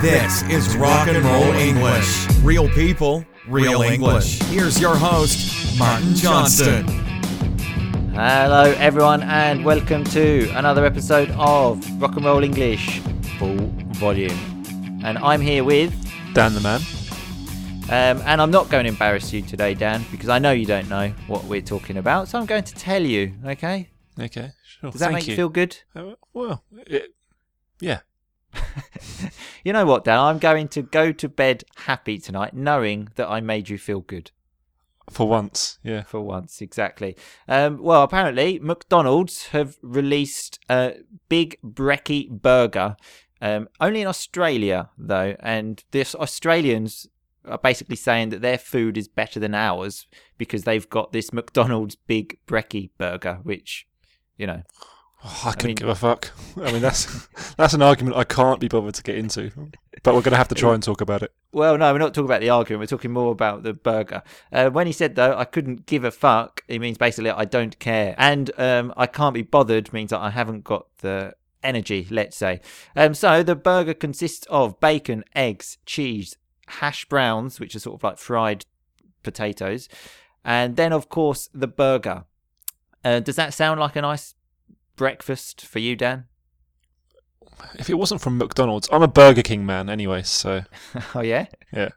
This is Rock and Roll English. Real people, real English. Here's your host, Martin Johnston. Hello, everyone, and welcome to another episode of Rock and Roll English Full Volume. And I'm here with, Dan the man. um, and I'm not going to embarrass you today, Dan, because I know you don't know what we're talking about. So I'm going to tell you. Okay? Okay, sure. Does that Thank make you. feel good? Uh, well, it, yeah. You know what, Dan? I'm going to go to bed happy tonight, knowing that I made you feel good For once, yeah. for once. Exactly. Um, well, apparently, McDonald's have released a Big Brekkie burger, um, only in Australia though, and this Australians are basically saying that their food is better than ours because they've got this McDonald's Big Brekkie burger, which you know Oh, I couldn't mean- give a fuck. I mean, that's that's an argument I can't be bothered to get into, but we're going to have to try and talk about it. Well, no, we're not talking about the argument. We're talking more about the burger. Uh, when he said though, I couldn't give a fuck. It means basically I don't care, and um, I can't be bothered means that I haven't got the energy. Let's say. Um, so the burger consists of bacon, eggs, cheese, hash browns, which are sort of like fried potatoes, and then of course the burger. Uh, does that sound like a nice breakfast for you, Dan? If it wasn't from McDonald's, I'm a Burger King man anyway, so oh yeah. yeah.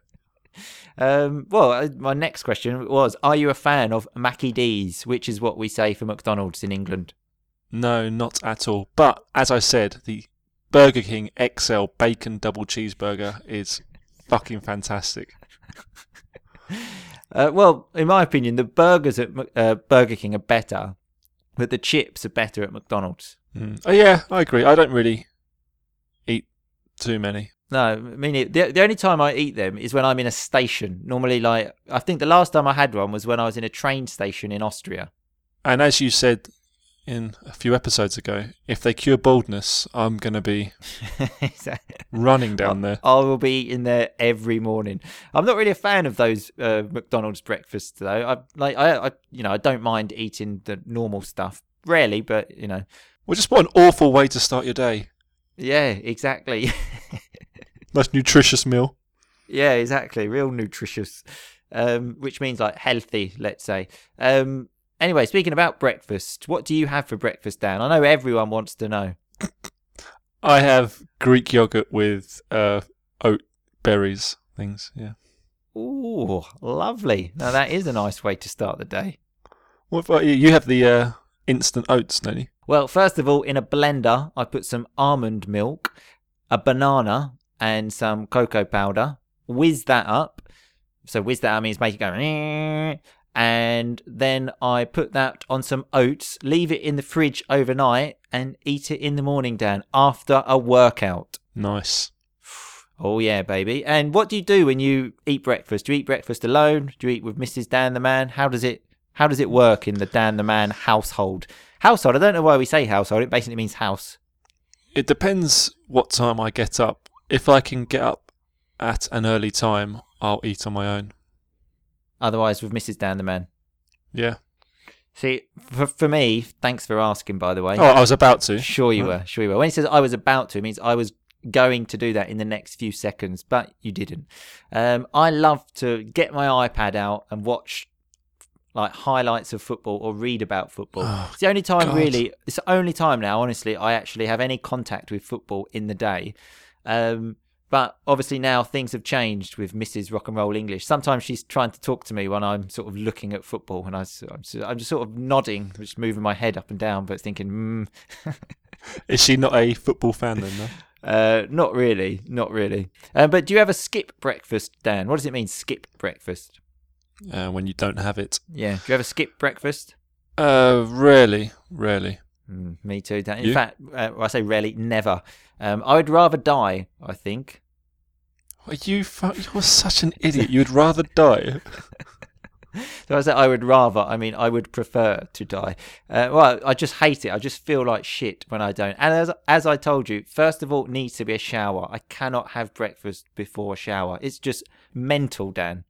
Um, well, uh, my next question was: Are you a fan of Mackie D's, which is what we say for McDonald's in England? No, not at all. But as I said, the Burger King XL bacon double cheeseburger is fucking fantastic. Uh, well, in my opinion, the burgers at Mc- uh, Burger King are better, but the chips are better at McDonald's. Mm. Oh yeah, I agree. I don't really eat too many. No, I mean it- the the only time I eat them is when I'm in a station. Normally, like I think the last time I had one was when I was in a train station in Austria. And as you said in a few episodes ago, if they cure baldness, I'm going to be So- running down there. I will be eating there every morning. I'm not really a fan of those uh, McDonald's breakfasts though. I like I, I you know I don't mind eating the normal stuff rarely, but you know Well, just what an awful way to start your day. yeah exactly Nice nutritious meal. yeah exactly real nutritious, um, which means like healthy let's say. Um, anyway, speaking about breakfast, what do you have for breakfast, Dan? I know everyone wants to know. I have Greek yogurt with uh, oat berries things. Yeah. Ooh, lovely! Now that is a nice way to start the day. What about you? You have the uh, instant oats, don't you? Well, first of all, in a blender, I put some almond milk, a banana, and some cocoa powder. Whiz that up. So whiz that up means make it go. "Eh." And then I put that on some oats, leave it in the fridge overnight, and eat it in the morning, Dan, after a workout. Nice. Oh, yeah, baby. And what do you do when you eat breakfast? Do you eat breakfast alone? Do you eat with Mrs. Dan the Man? How does it. How does it work in the Dan the Man household? Household, I don't know why we say household. It basically means house. It depends what time I get up. If I can get up at an early time, I'll eat on my own. Otherwise, with Mrs. Dan the Man. Yeah. See, for, for me, thanks for asking, by the way. Oh, I was about to. Sure you were. Sure you were. When he says I was about to, it means I was going to do that in the next few seconds, but you didn't. Um, I love to get my iPad out and watch like highlights of football or read about football. it's the only time Oh, God. really. It's the only time now, honestly, I actually have any contact with football in the day. Um, but obviously now things have changed with Mrs. Rock and Roll English. Sometimes she's trying to talk to me when I'm sort of looking at football, and I, am just sort of nodding, just moving my head up and down, but thinking, mm, Is she not a football fan then? No? Uh, not really, not really. Um, but do you ever skip breakfast, Dan? What does it mean, skip breakfast? uh, when you don't have it. Yeah, do you ever skip breakfast? Uh, rarely, rarely. Mm, me too. Dan. In You? fact, uh, I say rarely, never. Um, I would rather die. I think. Are you fu- you're such an idiot. You'd rather die. So I say I would rather. I mean, I would prefer to die. Uh, well, I just hate it. I just feel like shit when I don't. And as as I told you, first of all, it needs to be a shower. I cannot have breakfast before a shower. It's just mental, Dan.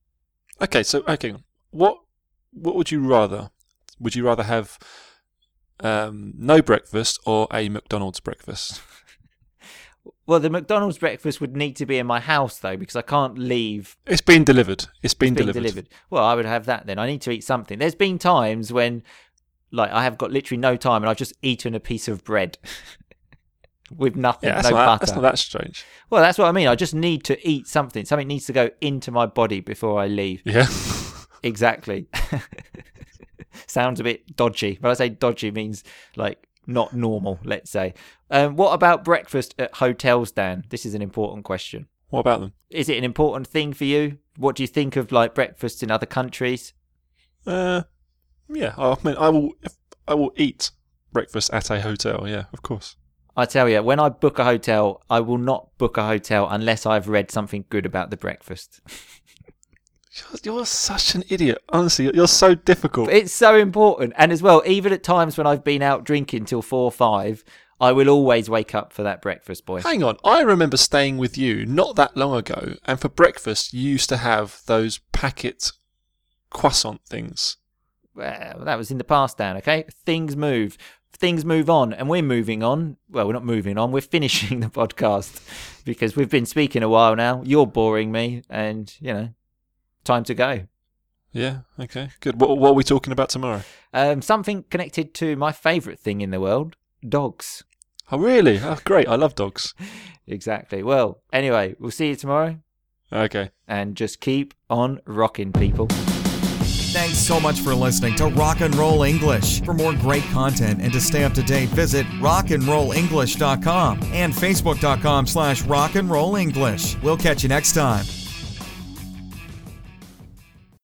Okay, so okay, what what would you rather? Would you rather have um, no breakfast or a McDonald's breakfast? Well, the McDonald's breakfast would need to be in my house though, because I can't leave It's been delivered. It's been, being delivered. delivered. Well, I would have that then. I need to eat something. There's been times when, like, I have got literally no time, and I've just eaten a piece of bread with nothing, Yeah, that's, no not, that- butter. that's not that strange. Well, that's what I mean. I just need to eat something. Something needs to go into my body before I leave. Yeah. Exactly. Sounds a bit dodgy. When I say dodgy it means like not normal, let's say. Um, what about breakfast at hotels, Dan? This is an important question. what about them? Is it an important thing for you? What do you think of like breakfasts in other countries? Uh, yeah. I mean, I will. If, I will eat breakfast at a hotel. Yeah, of course. I tell you, when I book a hotel, I will not book a hotel unless I've read something good about the breakfast. You're, you're such an idiot. Honestly, you're so difficult. It's so important. And as well, even at times when I've been out drinking till four or five, I will always wake up for that breakfast, boy. Hang on, I remember staying with you not that long ago, and for breakfast you used to have those packet croissant things. Well, that was in the past, Dan, okay? Things move. Things move on, and we're moving on. Well, we're not moving on, we're finishing the podcast because we've been speaking a while now. You're boring me, and, you know, time to go. Yeah, okay, good. What, what are we talking about tomorrow? Um, something connected to my favourite thing in the world dogs. Oh, really? Oh, great. I love dogs. Exactly. Well, anyway, we'll see you tomorrow, Okay. and just keep on rocking, people. Thanks so much for listening to Rock and Roll English. For more great content and to stay up to date, visit rockandrollenglish.com and facebook.com slash rockandrollenglish. We'll catch you next time.